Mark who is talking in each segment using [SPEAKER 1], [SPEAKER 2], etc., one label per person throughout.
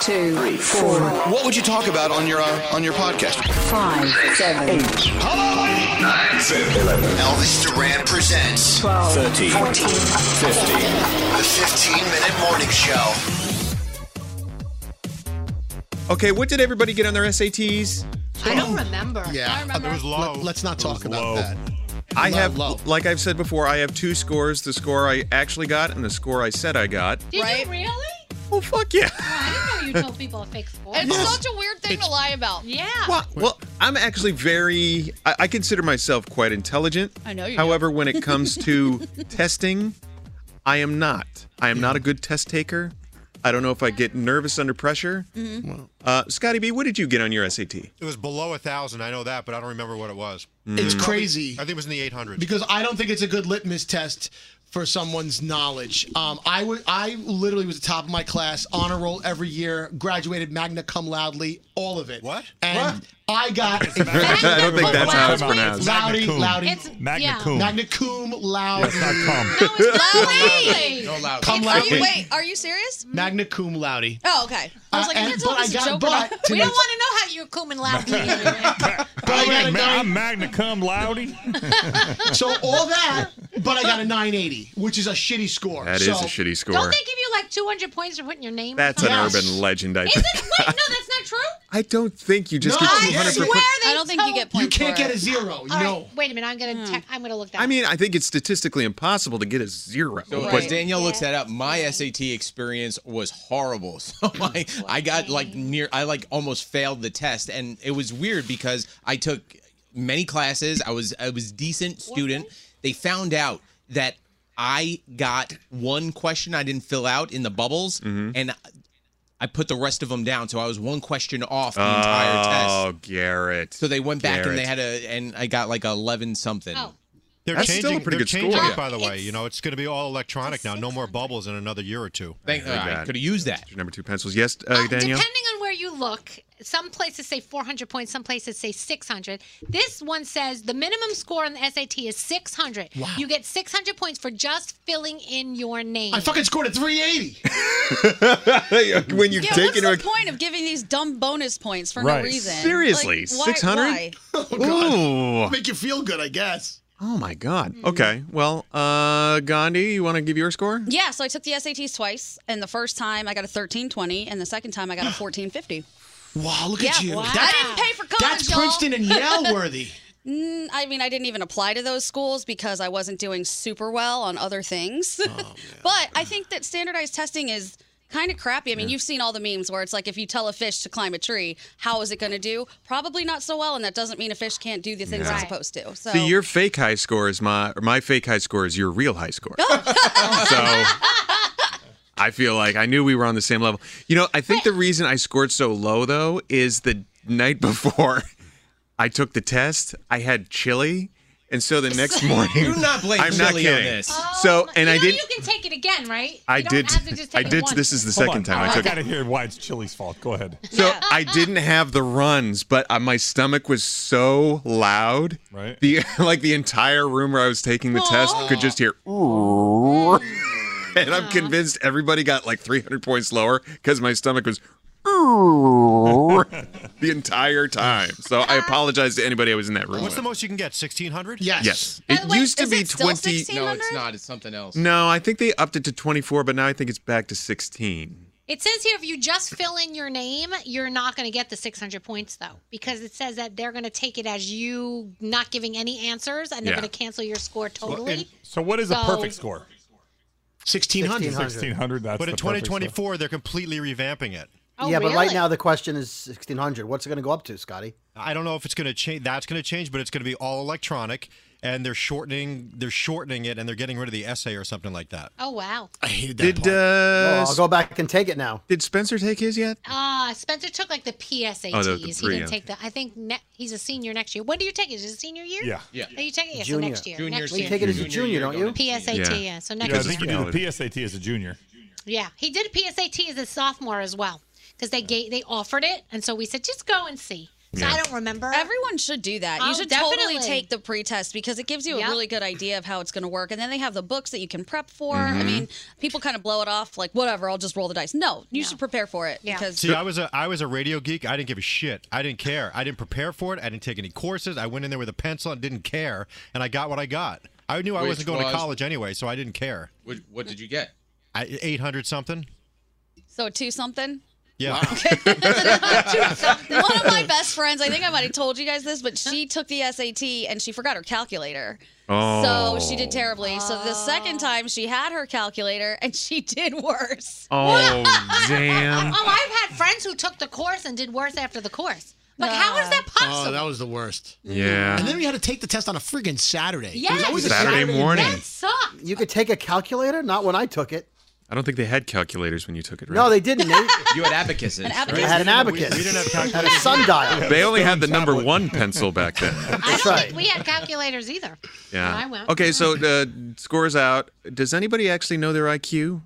[SPEAKER 1] two, three, four,
[SPEAKER 2] What would you talk about on your uh, on your podcast?
[SPEAKER 1] five, seven, eight,
[SPEAKER 2] Elvis Duran presents
[SPEAKER 1] twelve, fourteen,
[SPEAKER 2] the 15 minute morning show.
[SPEAKER 3] Okay, what did everybody get on their SATs?
[SPEAKER 4] I don't remember.
[SPEAKER 5] Yeah,
[SPEAKER 4] I remember.
[SPEAKER 5] there was low. Let, us not talk about that.
[SPEAKER 3] I
[SPEAKER 5] Low,
[SPEAKER 3] have,
[SPEAKER 5] low.
[SPEAKER 3] like I've said before, I have two scores: the score I actually got and the score I said I got.
[SPEAKER 4] Did
[SPEAKER 6] Right?
[SPEAKER 4] you really?
[SPEAKER 3] Well, fuck yeah.
[SPEAKER 4] I didn't know you told people a fake score.
[SPEAKER 6] It's such a weird thing to lie about.
[SPEAKER 4] yeah.
[SPEAKER 3] Well, well, I'm actually very. I, I consider myself quite intelligent.
[SPEAKER 6] I know you do.
[SPEAKER 3] However, when it comes to testing, I am not. I am not a good test taker. I don't know if I get nervous under pressure. Uh, Scotty B, what did you get on your SAT?
[SPEAKER 5] It was below a thousand. I know that, but I don't remember what it was.
[SPEAKER 7] Mm.
[SPEAKER 3] Mm.
[SPEAKER 8] It's crazy
[SPEAKER 5] I think it was in the 800s.
[SPEAKER 8] because I don't think it's a good litmus test for someone's knowledge. Um, I would, I literally was the top of my class, honor roll every year, graduated magna cum laude, all of it.
[SPEAKER 5] What?
[SPEAKER 8] And I got
[SPEAKER 3] I don't think that's how it's
[SPEAKER 4] Wow.
[SPEAKER 3] pronounced.
[SPEAKER 8] Laude,
[SPEAKER 5] Magna cum.
[SPEAKER 8] laude,
[SPEAKER 4] It's
[SPEAKER 5] Magna
[SPEAKER 4] yeah.
[SPEAKER 5] cum.
[SPEAKER 8] magna cum laude,
[SPEAKER 6] Loudy!
[SPEAKER 5] no loud.
[SPEAKER 8] cum
[SPEAKER 6] Are you,
[SPEAKER 8] laude,
[SPEAKER 6] wait, are you serious?
[SPEAKER 8] magna cum laude.
[SPEAKER 6] Oh, okay. I was
[SPEAKER 8] Uh,
[SPEAKER 6] like,
[SPEAKER 8] and-
[SPEAKER 6] I
[SPEAKER 4] It's
[SPEAKER 8] but
[SPEAKER 4] almost
[SPEAKER 8] I
[SPEAKER 4] a
[SPEAKER 8] got-
[SPEAKER 4] joke
[SPEAKER 8] but
[SPEAKER 4] about-
[SPEAKER 8] to
[SPEAKER 4] we
[SPEAKER 8] make-
[SPEAKER 4] don't want to know how you cum and laugh. either.
[SPEAKER 8] But I got a nine-
[SPEAKER 7] magna cum laude.
[SPEAKER 8] so all that, but I got a 980, which is a shitty score.
[SPEAKER 3] That is
[SPEAKER 8] so
[SPEAKER 3] a shitty score.
[SPEAKER 4] don't they give you like 200 points for putting your name?
[SPEAKER 3] that's
[SPEAKER 4] or
[SPEAKER 3] an
[SPEAKER 4] something?
[SPEAKER 8] Yes.
[SPEAKER 3] urban legend. I
[SPEAKER 4] Is
[SPEAKER 3] think.
[SPEAKER 4] it? Wait, no, that's not true.
[SPEAKER 3] I don't think you just
[SPEAKER 8] No,
[SPEAKER 3] get
[SPEAKER 8] I
[SPEAKER 3] 200.
[SPEAKER 8] swear
[SPEAKER 6] I don't think you get
[SPEAKER 8] You
[SPEAKER 6] points.
[SPEAKER 8] can't
[SPEAKER 6] for
[SPEAKER 8] get
[SPEAKER 6] it. Hmm.
[SPEAKER 8] a zero.
[SPEAKER 4] All right,
[SPEAKER 8] no.
[SPEAKER 4] wait a minute. I'm gonna. Te- I'm gonna look that.
[SPEAKER 3] I
[SPEAKER 4] up.
[SPEAKER 3] mean, I think it's statistically impossible to get a zero.
[SPEAKER 9] So
[SPEAKER 3] but
[SPEAKER 9] as Danielle looks that up, my SAT experience was horrible. So I, I got like near, I like almost failed the test, and it was weird because I took many classes. I was I was decent student. They found out that I got one question I didn't fill out in the bubbles,
[SPEAKER 3] Mm-hmm.
[SPEAKER 9] and I put the rest of them down. So I was one question off the entire test.
[SPEAKER 3] oh, Garrett.
[SPEAKER 9] So they went back
[SPEAKER 3] Garrett.
[SPEAKER 9] and they had a, and I got like eleven something.
[SPEAKER 4] Oh.
[SPEAKER 5] They're
[SPEAKER 3] That's
[SPEAKER 5] changing,
[SPEAKER 3] still a pretty
[SPEAKER 5] they're
[SPEAKER 3] good
[SPEAKER 5] changing
[SPEAKER 3] score.
[SPEAKER 5] it, by the way. You know, it's going to be all electronic now. No more bubbles in another year or two.
[SPEAKER 9] Thank,
[SPEAKER 3] heard
[SPEAKER 9] I
[SPEAKER 3] that.
[SPEAKER 9] could have used that.
[SPEAKER 3] Your number two pencils. Yes, uh,
[SPEAKER 9] Oh,
[SPEAKER 4] Uh,
[SPEAKER 3] Danielle.
[SPEAKER 4] depending on where you look, some places say 400 points, some places say 600. This one says the minimum score on the SAT is 600. You get 600 points for just filling in your name.
[SPEAKER 8] I fucking scored a 380.
[SPEAKER 3] uh, when you
[SPEAKER 6] Yeah, what's the point of giving these dumb bonus points for
[SPEAKER 7] Right.
[SPEAKER 6] no reason?
[SPEAKER 3] Seriously,
[SPEAKER 6] Like, why-
[SPEAKER 3] 600?
[SPEAKER 6] why?
[SPEAKER 3] Ooh.
[SPEAKER 8] Make you feel good, I guess.
[SPEAKER 3] Oh my God.
[SPEAKER 9] Hmm.
[SPEAKER 3] Okay. Well, uh, Gandhi, you want to give your score?
[SPEAKER 6] Yeah, so I took the SATs twice, and the first time I got a 1320, and the second time I got a 1450.
[SPEAKER 8] Wow, look
[SPEAKER 6] Yeah,
[SPEAKER 8] at you.
[SPEAKER 6] wow.
[SPEAKER 8] That-
[SPEAKER 6] I didn't pay for college,
[SPEAKER 8] That's
[SPEAKER 6] y'all.
[SPEAKER 8] Princeton and Yale worthy.
[SPEAKER 6] Mm, I mean, I didn't even apply to those schools because I wasn't doing super well on other things.
[SPEAKER 3] Oh,
[SPEAKER 6] but I think that standardized testing is kind of crappy. I mean, you've seen all the memes where it's like if you tell a fish to climb a tree, how is it going to do? Probably not so well, and that doesn't mean a fish can't do the things
[SPEAKER 4] Yeah.
[SPEAKER 6] it's supposed to. So
[SPEAKER 3] See, your fake high score is my or my fake high score is your real high score. so I feel like I knew we were on the same level. You know, I think the reason I scored so low though is the night before I took the test, I had chili, and so the next morning
[SPEAKER 9] Do not blame
[SPEAKER 3] I'm not
[SPEAKER 9] Chili on
[SPEAKER 3] kidding.
[SPEAKER 9] this.
[SPEAKER 3] So and
[SPEAKER 4] Oh, you
[SPEAKER 3] I
[SPEAKER 4] know
[SPEAKER 3] didn't.
[SPEAKER 4] You can take it again, right?
[SPEAKER 3] I
[SPEAKER 4] You don't
[SPEAKER 3] did.
[SPEAKER 4] have to just
[SPEAKER 3] I
[SPEAKER 4] take it
[SPEAKER 3] did.
[SPEAKER 4] once.
[SPEAKER 3] This is the
[SPEAKER 7] Hold
[SPEAKER 3] second
[SPEAKER 7] on.
[SPEAKER 3] time I,
[SPEAKER 7] I,
[SPEAKER 3] took it.
[SPEAKER 7] got to hear why it's Chili's fault. Go ahead.
[SPEAKER 3] So I didn't have the runs, but uh, my stomach was so loud.
[SPEAKER 7] Right.
[SPEAKER 3] The like the entire room where I was taking the test could just hear. And I'm convinced everybody got like 300 points lower because my stomach was the entire time. So I apologize to anybody I was in that room.
[SPEAKER 5] What's the
[SPEAKER 3] with.
[SPEAKER 5] most you can get? 1600?
[SPEAKER 8] Yes.
[SPEAKER 3] Yes,
[SPEAKER 4] By
[SPEAKER 3] it
[SPEAKER 4] the way,
[SPEAKER 3] used to
[SPEAKER 4] is
[SPEAKER 3] be
[SPEAKER 4] it still
[SPEAKER 3] 20.
[SPEAKER 9] No, it's not. It's something else.
[SPEAKER 3] No, I think they upped it to 24, but now I think it's back to 16.
[SPEAKER 4] It says here if you just fill in your name, you're not going to get the 600 points though, because it says that they're going to take it as you not giving any answers and they're
[SPEAKER 7] Yeah.
[SPEAKER 4] going to cancel your score totally.
[SPEAKER 7] So what is a
[SPEAKER 4] So-
[SPEAKER 7] perfect score?
[SPEAKER 5] 1600.
[SPEAKER 7] 1600, that's
[SPEAKER 5] But in
[SPEAKER 7] the perfect
[SPEAKER 5] 2024, they're completely revamping it.
[SPEAKER 4] Oh,
[SPEAKER 10] yeah, but right now the question is 1600. What's it going to go up to, Scotty?
[SPEAKER 5] I don't know if it's going to change. That's going to change, but it's going to be all electronic, and they're shortening. They're shortening it, and they're getting rid of the essay or something like that.
[SPEAKER 4] Oh wow.
[SPEAKER 5] I hated
[SPEAKER 10] that
[SPEAKER 5] Did,
[SPEAKER 10] part. Well, I'll go back and take it now.
[SPEAKER 3] Did Spencer take his yet?
[SPEAKER 4] Ah, Spencer took like the PSATs.
[SPEAKER 3] Oh, the- the
[SPEAKER 4] he
[SPEAKER 3] pre-
[SPEAKER 4] didn't take the. I think ne- he's a senior next year. When do you take it? Is it senior year?
[SPEAKER 7] Yeah.
[SPEAKER 9] Yeah.
[SPEAKER 4] Are you taking it Yeah, so
[SPEAKER 10] Junior.
[SPEAKER 4] next year?
[SPEAKER 10] Junior,
[SPEAKER 4] next
[SPEAKER 10] so you
[SPEAKER 4] year.
[SPEAKER 10] take it as a Junior, don't you?
[SPEAKER 4] PSAT. Yeah. So next
[SPEAKER 7] yeah, I
[SPEAKER 4] year.
[SPEAKER 7] think you do the PSAT as a junior.
[SPEAKER 4] Yeah, he did a PSAT as a sophomore as well because they gave, they offered it, and so we said just go and see. So
[SPEAKER 6] Yeah.
[SPEAKER 4] I don't remember.
[SPEAKER 6] Everyone should do that.
[SPEAKER 4] Oh,
[SPEAKER 6] you should totally
[SPEAKER 4] definitely.
[SPEAKER 6] take the pretest because it gives you
[SPEAKER 4] Yep.
[SPEAKER 6] a really good idea of how it's going to work. And then they have the books that you can prep for. I
[SPEAKER 3] Mm-hmm.
[SPEAKER 5] Mhm.
[SPEAKER 6] mean, people kind of blow it off like, whatever, I'll just roll the dice. No, you should prepare for it because
[SPEAKER 5] See, I was a I was a radio geek. I didn't give a shit. I didn't care. I didn't prepare for it. I didn't take any courses. I went in there with a pencil and didn't care, and I got what I got. I knew I
[SPEAKER 9] Which
[SPEAKER 5] wasn't going
[SPEAKER 9] was-
[SPEAKER 5] to college anyway, so I didn't care.
[SPEAKER 9] What, what did you get?
[SPEAKER 5] I eight hundred something.
[SPEAKER 6] so two something.
[SPEAKER 5] Yeah.
[SPEAKER 6] One of my best friends, I think I might have told you guys this, but she took the SAT and she forgot her calculator.
[SPEAKER 3] Oh.
[SPEAKER 6] So she did terribly. So the second time she had her calculator and she did worse.
[SPEAKER 3] Oh, damn.
[SPEAKER 4] Oh, I've had friends who took the course and did worse after the course. Like, how
[SPEAKER 6] Uh,
[SPEAKER 4] is that possible?
[SPEAKER 8] Oh, that was the worst.
[SPEAKER 3] Yeah.
[SPEAKER 8] And then we had to take the test on a friggin' Saturday. It was
[SPEAKER 4] Yes.
[SPEAKER 8] always a
[SPEAKER 3] Saturday morning.
[SPEAKER 8] night.
[SPEAKER 4] Suck.
[SPEAKER 10] You could take a calculator? Not when I took it.
[SPEAKER 3] I don't think they had calculators when you took it, right?
[SPEAKER 10] No, they didn't. Nate.
[SPEAKER 9] You had abacuses.
[SPEAKER 10] An
[SPEAKER 9] right?
[SPEAKER 10] abacus. I had an abacus. We- we didn't have Had a sundial.
[SPEAKER 3] They only had the number one pencil back then.
[SPEAKER 4] I don't think we had calculators either.
[SPEAKER 3] Yeah.
[SPEAKER 4] I won't.
[SPEAKER 3] Okay, so uh, scores out. Does anybody actually know their IQ?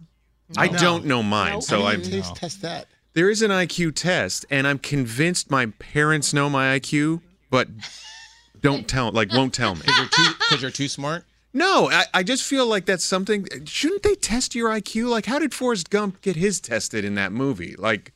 [SPEAKER 3] I
[SPEAKER 8] No.
[SPEAKER 3] don't know mine,
[SPEAKER 8] No,
[SPEAKER 3] so I.
[SPEAKER 8] didn't
[SPEAKER 4] Mm-hmm.
[SPEAKER 8] taste test that.
[SPEAKER 3] There is an IQ test, and I'm convinced my parents know my IQ, but don't tell, like, won't tell me. Because
[SPEAKER 9] you're, too smart?
[SPEAKER 3] No, I, I just feel like that's something. Shouldn't they test your IQ? Like, how did Forrest Gump get his tested in that movie? Like,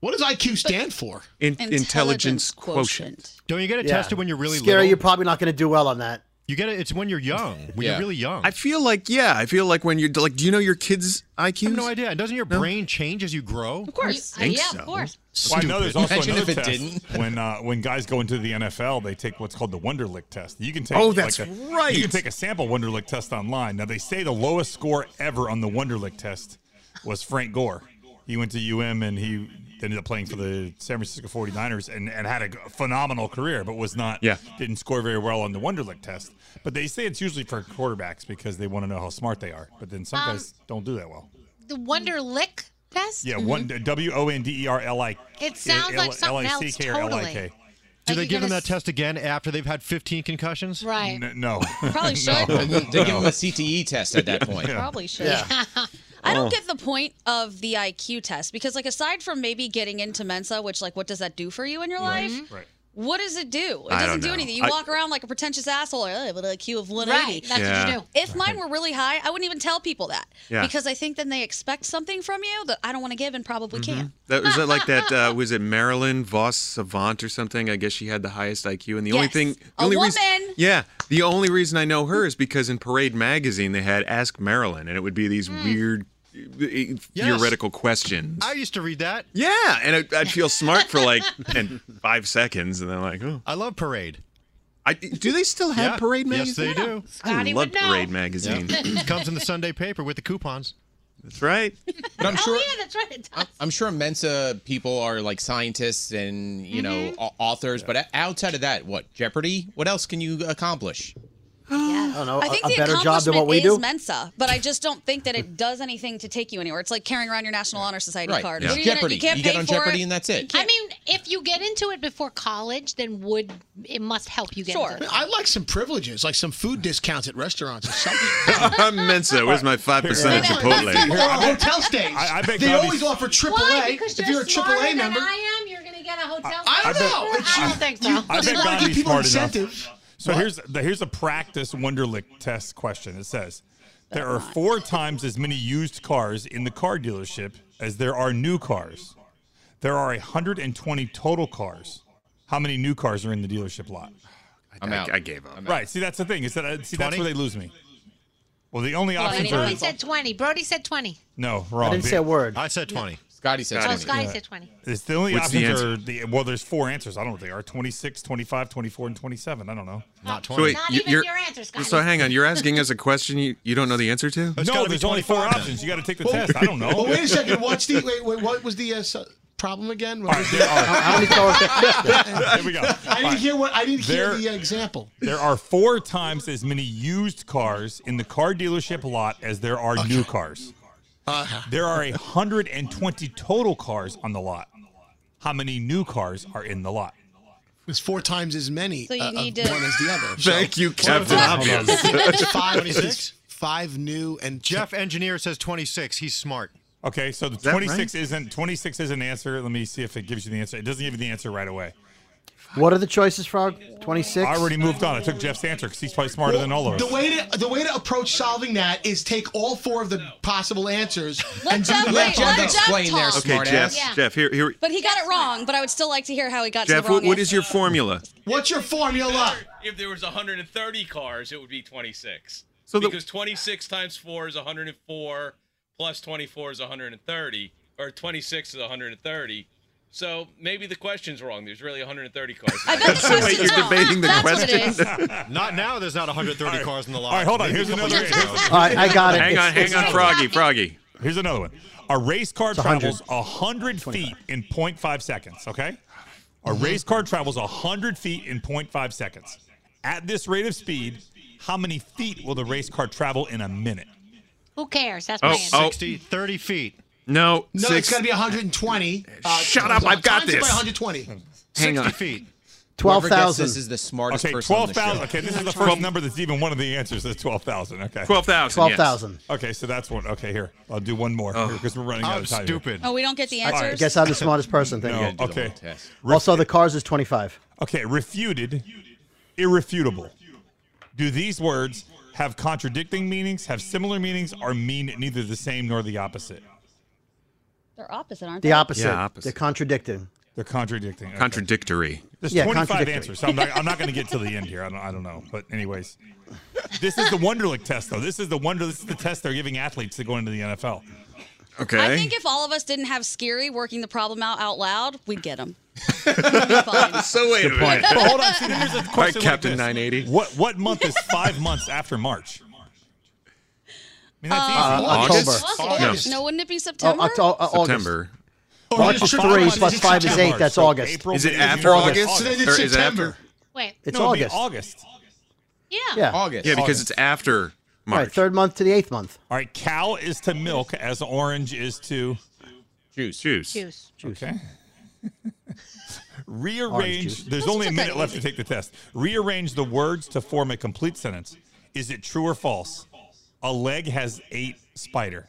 [SPEAKER 8] What does IQ stand for?
[SPEAKER 3] in, intelligence quotient.
[SPEAKER 5] Don't you get it
[SPEAKER 10] Yeah.
[SPEAKER 5] tested when you're really
[SPEAKER 10] Scary,
[SPEAKER 5] little?
[SPEAKER 10] you're probably not going to do well on that.
[SPEAKER 5] You get it. It's when you're young. When
[SPEAKER 3] Yeah.
[SPEAKER 5] you're really young.
[SPEAKER 3] I feel like, yeah, I feel like when you're like, do you know your kids' IQs?
[SPEAKER 5] I have no idea. And Doesn't your brain change as you grow? Of
[SPEAKER 4] course.
[SPEAKER 6] uh,
[SPEAKER 3] Think Yeah, of so. course.
[SPEAKER 7] Well, I know there's also
[SPEAKER 5] Imagine
[SPEAKER 7] another
[SPEAKER 5] if it
[SPEAKER 7] test
[SPEAKER 5] didn't.
[SPEAKER 7] when uh, when guys go into the NFL, they take what's called the Wonderlic test. You can take
[SPEAKER 3] Oh, that's
[SPEAKER 7] like a,
[SPEAKER 3] right.
[SPEAKER 7] You can take a sample Wonderlic test online. Now they say the lowest score ever on the Wonderlic test was Frank Gore. He went to UM and he ended up playing for the San Francisco 49ers and, and had a g- phenomenal career, but was not
[SPEAKER 3] Yeah.
[SPEAKER 7] didn't score very well on the Wonderlic test. But they say it's usually for quarterbacks because they want to know how smart they are. But then some
[SPEAKER 4] Um,
[SPEAKER 7] guys don't do that well.
[SPEAKER 4] The Wonder Lick test?
[SPEAKER 7] Yeah, one
[SPEAKER 6] Mm-hmm.
[SPEAKER 7] W O N D E R L I.
[SPEAKER 4] It sounds like something else,
[SPEAKER 7] L-I-C-K or L-I-K.
[SPEAKER 4] totally.
[SPEAKER 5] Do they
[SPEAKER 4] you
[SPEAKER 5] give them
[SPEAKER 4] gonna
[SPEAKER 5] that test again after they've had 15 concussions?
[SPEAKER 4] Right.
[SPEAKER 7] N- no.
[SPEAKER 6] Probably should.
[SPEAKER 9] They give them a CTE test at that point.
[SPEAKER 6] Probably should. I
[SPEAKER 9] Oh.
[SPEAKER 6] don't get the point of the IQ test because, like, aside from maybe getting into Mensa, which, like, what does that do for you in your life?
[SPEAKER 7] Right.
[SPEAKER 6] What does it do? It
[SPEAKER 7] I
[SPEAKER 6] doesn't
[SPEAKER 7] don't
[SPEAKER 6] do
[SPEAKER 7] know.
[SPEAKER 6] anything. You
[SPEAKER 7] I-
[SPEAKER 6] walk around like a pretentious asshole. I have an IQ of 180.
[SPEAKER 4] Right, that's what you Yeah. do.
[SPEAKER 6] If mine were really high, I wouldn't even tell people that
[SPEAKER 3] Yeah.
[SPEAKER 6] because I think then they expect something from you that I don't want to give and probably
[SPEAKER 3] Mm-hmm.
[SPEAKER 6] can't.
[SPEAKER 3] That was that like that uh, was it Marilyn Voss Savant or something? I guess she had the highest IQ, and the only
[SPEAKER 6] Yes.
[SPEAKER 3] thing, the
[SPEAKER 6] A
[SPEAKER 3] only
[SPEAKER 6] woman.
[SPEAKER 3] reason, yeah, the only reason I know her is because in Parade magazine they had Ask Marilyn, and it would be these
[SPEAKER 4] Hmm.
[SPEAKER 3] weird uh, theoretical questions.
[SPEAKER 5] I used to read that.
[SPEAKER 3] yeah, and I'd, I'd feel smart for like and five seconds, and then like, oh,
[SPEAKER 5] I love Parade.
[SPEAKER 3] I do they still have
[SPEAKER 5] Yeah.
[SPEAKER 3] Parade
[SPEAKER 5] Yes,
[SPEAKER 3] magazine?
[SPEAKER 5] they do.
[SPEAKER 3] I love Parade magazine.
[SPEAKER 5] Yeah. Comes in the Sunday paper with the coupons.
[SPEAKER 3] That's right.
[SPEAKER 9] But I'm sure
[SPEAKER 4] Oh, Yeah, that's right. It does.
[SPEAKER 9] I'm sure Mensa people are like scientists and you know au- authors, but outside of that, what Jeopardy? What else can you accomplish?
[SPEAKER 10] I don't know.
[SPEAKER 3] Oh,
[SPEAKER 6] I think
[SPEAKER 10] a, a
[SPEAKER 6] the
[SPEAKER 10] better job than what
[SPEAKER 6] accomplishment
[SPEAKER 10] we do.
[SPEAKER 6] is Mensa, but I just don't think that it does anything to take you anywhere. It's like carrying around your National Honor Society
[SPEAKER 9] Right.
[SPEAKER 6] card.
[SPEAKER 9] Yeah.
[SPEAKER 6] What are you gonna-
[SPEAKER 9] Jeopardy.
[SPEAKER 6] you can't
[SPEAKER 9] You
[SPEAKER 6] pay
[SPEAKER 9] get on
[SPEAKER 6] for
[SPEAKER 9] Jeopardy
[SPEAKER 6] it.
[SPEAKER 9] and that's it.
[SPEAKER 4] I mean, if you get into it before college, then would it must help you get
[SPEAKER 8] Sure.
[SPEAKER 4] into it.
[SPEAKER 8] I'd like some privileges, like some food discounts at restaurants or something.
[SPEAKER 3] Mensa, where's my five percent of Chipotle?
[SPEAKER 8] Or hotel stays.
[SPEAKER 7] I- I bet
[SPEAKER 8] they
[SPEAKER 7] Gabby's-
[SPEAKER 8] always offer AAA.
[SPEAKER 4] Why? Because
[SPEAKER 8] if you're a
[SPEAKER 4] smarter
[SPEAKER 8] AAA
[SPEAKER 4] than
[SPEAKER 8] member,
[SPEAKER 4] I am. You're gonna get a hotel.
[SPEAKER 8] I don't
[SPEAKER 4] room.
[SPEAKER 8] know. It's-
[SPEAKER 4] I don't think so.
[SPEAKER 8] you-
[SPEAKER 7] I bet
[SPEAKER 8] Just wanna give
[SPEAKER 7] Gandhi's
[SPEAKER 8] people
[SPEAKER 7] smart
[SPEAKER 8] incentive.
[SPEAKER 7] enough. So here's the, here's a practice Wonderlic test question. It says there are four times as many used cars in the car dealership as there are new cars. There are 120 total cars. How many new cars are in the dealership lot?
[SPEAKER 3] I'm out. I, gave up.
[SPEAKER 7] Right. See, that's the thing. Is that uh, see that's
[SPEAKER 5] 20?
[SPEAKER 7] where they lose me. Well, the only
[SPEAKER 4] Well,
[SPEAKER 7] options are
[SPEAKER 4] Brody said 20. Brody said 20.
[SPEAKER 7] no wrong.
[SPEAKER 10] didn't say a word.
[SPEAKER 7] I said twenty.
[SPEAKER 9] Scotty
[SPEAKER 4] Oh, Scotty said 20.
[SPEAKER 7] It's the only
[SPEAKER 3] What's the
[SPEAKER 7] options
[SPEAKER 3] answer?
[SPEAKER 7] are the well. There's four answers. I don't know what they are: 26, 25, 24, and twenty-seven. I don't know.
[SPEAKER 5] Not
[SPEAKER 3] So wait, you-
[SPEAKER 4] even
[SPEAKER 3] you're,
[SPEAKER 4] your answer, Scotty.
[SPEAKER 3] So hang on, you're asking us a question you, you don't know the answer to?
[SPEAKER 7] no, there's only four options. You got to take the test. I don't know.
[SPEAKER 8] Well, wait a second. What's the wait? wait what was the uh, su- problem again? What was the-
[SPEAKER 10] How many towers?
[SPEAKER 7] There we go.
[SPEAKER 8] I need to hear what I need to hear
[SPEAKER 7] There-
[SPEAKER 8] the uh, example.
[SPEAKER 7] There are four times as many used cars in the car dealership lot as there are new cars.
[SPEAKER 8] Uh-huh.
[SPEAKER 7] There are 120 total cars on the lot. How many new cars are in the lot?
[SPEAKER 8] It's four times as many.
[SPEAKER 6] So you
[SPEAKER 8] uh,
[SPEAKER 6] need
[SPEAKER 8] of
[SPEAKER 6] to-
[SPEAKER 8] one as the other. So
[SPEAKER 3] Thank you, Captain Obvious.
[SPEAKER 8] it's five, it's five new and
[SPEAKER 5] Jeff Engineer says 26. He's smart.
[SPEAKER 7] Okay, so the
[SPEAKER 3] that
[SPEAKER 7] 26 isn't 26 is an answer. Let me see if it gives you the answer. It doesn't give you the answer right away.
[SPEAKER 10] What are the choices, Frog? 26?
[SPEAKER 7] I already moved on. I took Jeff's answer because he's probably smarter than all of us.
[SPEAKER 8] The way to the way to approach solving that is take all four of the possible answers
[SPEAKER 6] Let
[SPEAKER 8] and do
[SPEAKER 6] Jeff-
[SPEAKER 8] the left
[SPEAKER 6] let Jeff
[SPEAKER 8] on
[SPEAKER 6] Jeff
[SPEAKER 8] that.
[SPEAKER 9] explain there,
[SPEAKER 6] talk.
[SPEAKER 3] Okay,
[SPEAKER 9] smart
[SPEAKER 3] Jeff.
[SPEAKER 9] ass.
[SPEAKER 4] Yeah.
[SPEAKER 3] Jeff, here, here.
[SPEAKER 6] But he got it wrong. But I would still like to hear how he got to
[SPEAKER 3] Jeff,
[SPEAKER 6] the wrong
[SPEAKER 3] what, what
[SPEAKER 6] answer.
[SPEAKER 3] is your formula?
[SPEAKER 8] What's your formula?
[SPEAKER 11] If there was 130 cars, it would be 26.
[SPEAKER 3] So the-
[SPEAKER 11] because 26 times 4 is 104 plus 24 is 130 or 26 is 130. So maybe the question's wrong. There's really 130 cars.
[SPEAKER 6] I bet the
[SPEAKER 3] So wait,
[SPEAKER 6] question's
[SPEAKER 3] you're
[SPEAKER 6] wrong.
[SPEAKER 3] debating the
[SPEAKER 6] That's
[SPEAKER 3] question?
[SPEAKER 6] What it is.
[SPEAKER 5] Not now. There's not 130
[SPEAKER 7] All right.
[SPEAKER 5] cars in the lot.
[SPEAKER 7] All right, hold on.
[SPEAKER 5] Maybe
[SPEAKER 7] Here's
[SPEAKER 5] a couple
[SPEAKER 7] another
[SPEAKER 5] years ago.
[SPEAKER 10] All right, I got it.
[SPEAKER 3] Hang
[SPEAKER 10] It's-
[SPEAKER 3] on, hang on, Froggy, Froggy.
[SPEAKER 7] Here's another one. A race car
[SPEAKER 10] a hundred.
[SPEAKER 7] travels 100 feet in 0.5 seconds, okay? A race car travels 100 feet in 0.5 seconds. At this rate of speed, how many feet will the race car travel in a minute?
[SPEAKER 4] Who cares? That's my
[SPEAKER 3] Oh,
[SPEAKER 4] answer.
[SPEAKER 3] oh.
[SPEAKER 5] 60, 30 feet.
[SPEAKER 3] No,
[SPEAKER 8] No,
[SPEAKER 3] six.
[SPEAKER 8] it's got to be 120. Uh,
[SPEAKER 3] Shut up, I've got
[SPEAKER 8] times it
[SPEAKER 3] this.
[SPEAKER 8] By 120.
[SPEAKER 3] hang
[SPEAKER 5] 60
[SPEAKER 3] on.
[SPEAKER 5] feet.
[SPEAKER 9] Whoever gets
[SPEAKER 10] 12,000.
[SPEAKER 9] This is the smartest
[SPEAKER 7] Okay,
[SPEAKER 9] person. on the
[SPEAKER 7] 12,000.
[SPEAKER 9] show.
[SPEAKER 7] Okay, this is the first number that's even one of the answers. That's 12,000. Okay.
[SPEAKER 3] 12,000.
[SPEAKER 10] 12,000.
[SPEAKER 7] Okay, so that's one. Okay, here. I'll do one more
[SPEAKER 9] Oh.
[SPEAKER 7] because we're running out
[SPEAKER 5] I'm
[SPEAKER 7] of time. here.
[SPEAKER 5] stupid.
[SPEAKER 6] Oh, we don't get the
[SPEAKER 7] right,
[SPEAKER 6] answers.
[SPEAKER 10] Guess I'm the smartest person. Thank
[SPEAKER 7] No,
[SPEAKER 10] you.
[SPEAKER 7] okay.
[SPEAKER 10] Also, the cars is 25.
[SPEAKER 7] Okay, refuted, irrefutable. Do these words have contradicting meanings, have similar meanings, or mean neither the same nor the opposite?
[SPEAKER 6] They're opposite, aren't they?
[SPEAKER 10] The opposite.
[SPEAKER 3] Yeah, opposite.
[SPEAKER 10] They're contradicting.
[SPEAKER 7] They're contradicting. Okay.
[SPEAKER 3] Contradictory.
[SPEAKER 7] There's
[SPEAKER 10] Yeah,
[SPEAKER 7] 25
[SPEAKER 10] contradictory.
[SPEAKER 7] answers, so I'm not, I'm not going to get to the end here. I don't, I don't know. But, anyways, this is the Wonderlic test, though. This is the wonder. This is the test they're giving athletes to go into the NFL.
[SPEAKER 3] Okay.
[SPEAKER 6] I think if all of us didn't have Scary working the problem out out loud, we'd get him. We'd be fine.
[SPEAKER 3] so wait a minute.
[SPEAKER 7] But hold on. See, then there's a question.
[SPEAKER 3] All right,
[SPEAKER 7] like
[SPEAKER 3] Captain
[SPEAKER 7] this.
[SPEAKER 3] 980.
[SPEAKER 7] What, what month is five months after March? I mean, that's
[SPEAKER 10] Uh,
[SPEAKER 7] easy.
[SPEAKER 3] August?
[SPEAKER 6] August.
[SPEAKER 3] August.
[SPEAKER 6] No, wouldn't it be
[SPEAKER 10] Oh,
[SPEAKER 6] September?
[SPEAKER 10] Oct- oh, uh, August.
[SPEAKER 3] September.
[SPEAKER 10] March is
[SPEAKER 7] Five
[SPEAKER 10] 3
[SPEAKER 7] months
[SPEAKER 10] plus
[SPEAKER 7] is
[SPEAKER 10] 5 is
[SPEAKER 7] September.
[SPEAKER 10] 8. That's
[SPEAKER 7] So
[SPEAKER 10] August.
[SPEAKER 7] April,
[SPEAKER 3] Is it
[SPEAKER 7] May,
[SPEAKER 3] after
[SPEAKER 7] June,
[SPEAKER 3] August?
[SPEAKER 8] So then
[SPEAKER 3] Or is
[SPEAKER 8] it's
[SPEAKER 3] it after?
[SPEAKER 8] September.
[SPEAKER 4] Wait.
[SPEAKER 10] It's
[SPEAKER 7] No, it'd be
[SPEAKER 10] August.
[SPEAKER 7] August.
[SPEAKER 4] Yeah.
[SPEAKER 10] Yeah.
[SPEAKER 9] August.
[SPEAKER 3] Yeah, because it's after
[SPEAKER 10] Right,
[SPEAKER 3] March.
[SPEAKER 10] third month to the eighth month.
[SPEAKER 7] All right, cow is to milk as orange is to
[SPEAKER 9] Juice.
[SPEAKER 3] Juice.
[SPEAKER 4] Juice.
[SPEAKER 7] okay.
[SPEAKER 10] Orange juice.
[SPEAKER 7] Rearrange. There's only a minute left to take the test. Rearrange the words to form a complete sentence. Is it true or false? A leg has eight spider.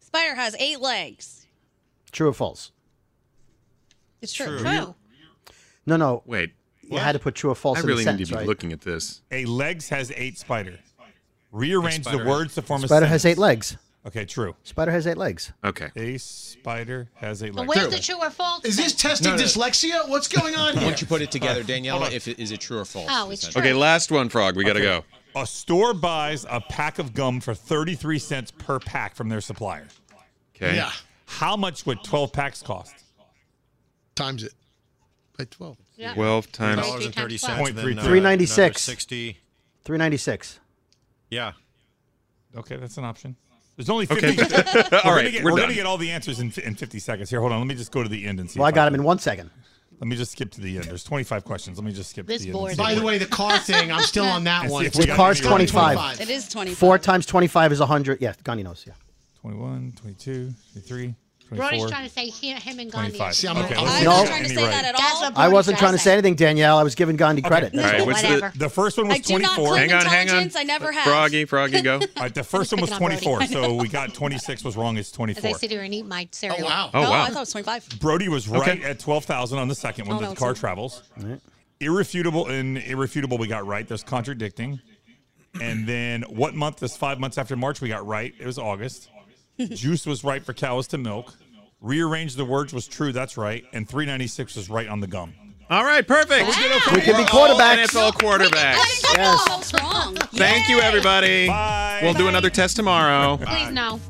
[SPEAKER 6] Spider has eight legs.
[SPEAKER 10] True or false?
[SPEAKER 6] It's true.
[SPEAKER 4] True.
[SPEAKER 10] No, no.
[SPEAKER 3] Wait,
[SPEAKER 10] You had to put true or false
[SPEAKER 3] I
[SPEAKER 10] in
[SPEAKER 3] really
[SPEAKER 10] the
[SPEAKER 3] need to
[SPEAKER 10] sentence,
[SPEAKER 3] be
[SPEAKER 10] right?
[SPEAKER 3] looking at this.
[SPEAKER 7] A legs has eight spider. Rearrange
[SPEAKER 9] Spider
[SPEAKER 7] the
[SPEAKER 9] has-
[SPEAKER 7] words to form a
[SPEAKER 10] Spider
[SPEAKER 7] sentence.
[SPEAKER 10] has eight legs.
[SPEAKER 7] Okay, true.
[SPEAKER 10] Spider has eight legs.
[SPEAKER 3] Okay.
[SPEAKER 7] A spider has eight
[SPEAKER 4] But
[SPEAKER 7] legs.
[SPEAKER 4] where's the true or false?
[SPEAKER 8] Is this testing
[SPEAKER 9] No, no.
[SPEAKER 8] dyslexia? What's going on here?
[SPEAKER 9] Once you put it together, Danielle,
[SPEAKER 7] on.
[SPEAKER 9] if it, is it true or false?
[SPEAKER 4] Oh, it's
[SPEAKER 9] essentially?
[SPEAKER 3] Okay, last one, Frog. We got to go.
[SPEAKER 7] A store buys a pack of gum for 33 cents per pack from their supplier.
[SPEAKER 3] Okay.
[SPEAKER 8] Yeah.
[SPEAKER 7] How much would 12 packs cost?
[SPEAKER 8] Times it by 12.
[SPEAKER 3] 12 times.
[SPEAKER 4] Right. Three
[SPEAKER 5] $3.30,
[SPEAKER 4] times
[SPEAKER 5] then, uh,
[SPEAKER 7] Point three
[SPEAKER 5] another
[SPEAKER 7] three.
[SPEAKER 10] 396.
[SPEAKER 5] 60.
[SPEAKER 10] 396.
[SPEAKER 5] Yeah.
[SPEAKER 7] Okay, that's an option. There's only 50.
[SPEAKER 3] Okay.
[SPEAKER 7] we're
[SPEAKER 3] All
[SPEAKER 7] gonna
[SPEAKER 3] right,
[SPEAKER 7] get,
[SPEAKER 3] we're
[SPEAKER 7] we're
[SPEAKER 3] done.
[SPEAKER 7] gonna get all the answers in, in 50 seconds. Here, hold on. Let me just go to the end and see.
[SPEAKER 10] Well, I
[SPEAKER 7] if
[SPEAKER 10] got him
[SPEAKER 7] can-
[SPEAKER 10] in one second.
[SPEAKER 7] Let me just skip to the end. There's 25 questions. Let me just skip
[SPEAKER 4] This
[SPEAKER 7] to the
[SPEAKER 4] board
[SPEAKER 7] end.
[SPEAKER 8] By the way, the car thing, I'm still on that
[SPEAKER 7] And see
[SPEAKER 8] one.
[SPEAKER 7] if we
[SPEAKER 10] The
[SPEAKER 7] got
[SPEAKER 10] car's
[SPEAKER 7] any right.
[SPEAKER 10] 25.
[SPEAKER 6] It is 24.
[SPEAKER 10] Four times 25 is 100. Yeah, Gandhi knows. Yeah.
[SPEAKER 7] 21, 22, 23, 24.
[SPEAKER 4] Brody's trying to say he, him and Gandhi.
[SPEAKER 7] 25.
[SPEAKER 8] See, I'm-
[SPEAKER 7] okay,
[SPEAKER 8] I'm-
[SPEAKER 7] let's
[SPEAKER 6] I'm
[SPEAKER 7] see
[SPEAKER 10] No.
[SPEAKER 6] not
[SPEAKER 7] if
[SPEAKER 6] trying to
[SPEAKER 7] any
[SPEAKER 6] say
[SPEAKER 7] right.
[SPEAKER 6] that at
[SPEAKER 4] That's
[SPEAKER 6] all.
[SPEAKER 4] what
[SPEAKER 10] I wasn't
[SPEAKER 4] Brody
[SPEAKER 10] trying to
[SPEAKER 4] says.
[SPEAKER 10] say anything, Danielle. I was giving Gandhi credit.
[SPEAKER 3] All
[SPEAKER 10] That's
[SPEAKER 3] right,
[SPEAKER 10] all.
[SPEAKER 3] what's
[SPEAKER 4] Whatever.
[SPEAKER 3] the,
[SPEAKER 7] The first one was
[SPEAKER 6] I do not
[SPEAKER 7] 24.
[SPEAKER 6] claim
[SPEAKER 3] Hang on, hang on.
[SPEAKER 6] intelligence. I never have.
[SPEAKER 3] Froggy, Froggy, go.
[SPEAKER 7] All right, the first one was
[SPEAKER 4] picking up Brody.
[SPEAKER 7] 24, so we got 26 was wrong. It's
[SPEAKER 4] As I
[SPEAKER 7] 24.
[SPEAKER 4] sit here and eat my cereal.
[SPEAKER 8] Oh, wow.
[SPEAKER 3] Oh,
[SPEAKER 6] oh,
[SPEAKER 3] wow.
[SPEAKER 6] I thought it was 25.
[SPEAKER 7] Brody was right at 12,000 on the second one
[SPEAKER 6] Oh,
[SPEAKER 7] that
[SPEAKER 6] no,
[SPEAKER 7] the
[SPEAKER 6] it's
[SPEAKER 7] car
[SPEAKER 6] not.
[SPEAKER 7] travels. Irrefutable and irrefutable we got right. There's contradicting. And then what month is five months after March we got right? It was August. Juice was right for cows to milk. Rearrange the words was true. That's right. And 396 was right on the gum.
[SPEAKER 3] All right, perfect.
[SPEAKER 10] We can be quarterbacks.
[SPEAKER 3] NFL quarterbacks.
[SPEAKER 6] What's wrong?
[SPEAKER 3] Thank you, everybody. We'll do another test tomorrow.
[SPEAKER 4] Please no.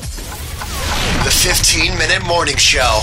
[SPEAKER 2] The 15 Minute Morning Show.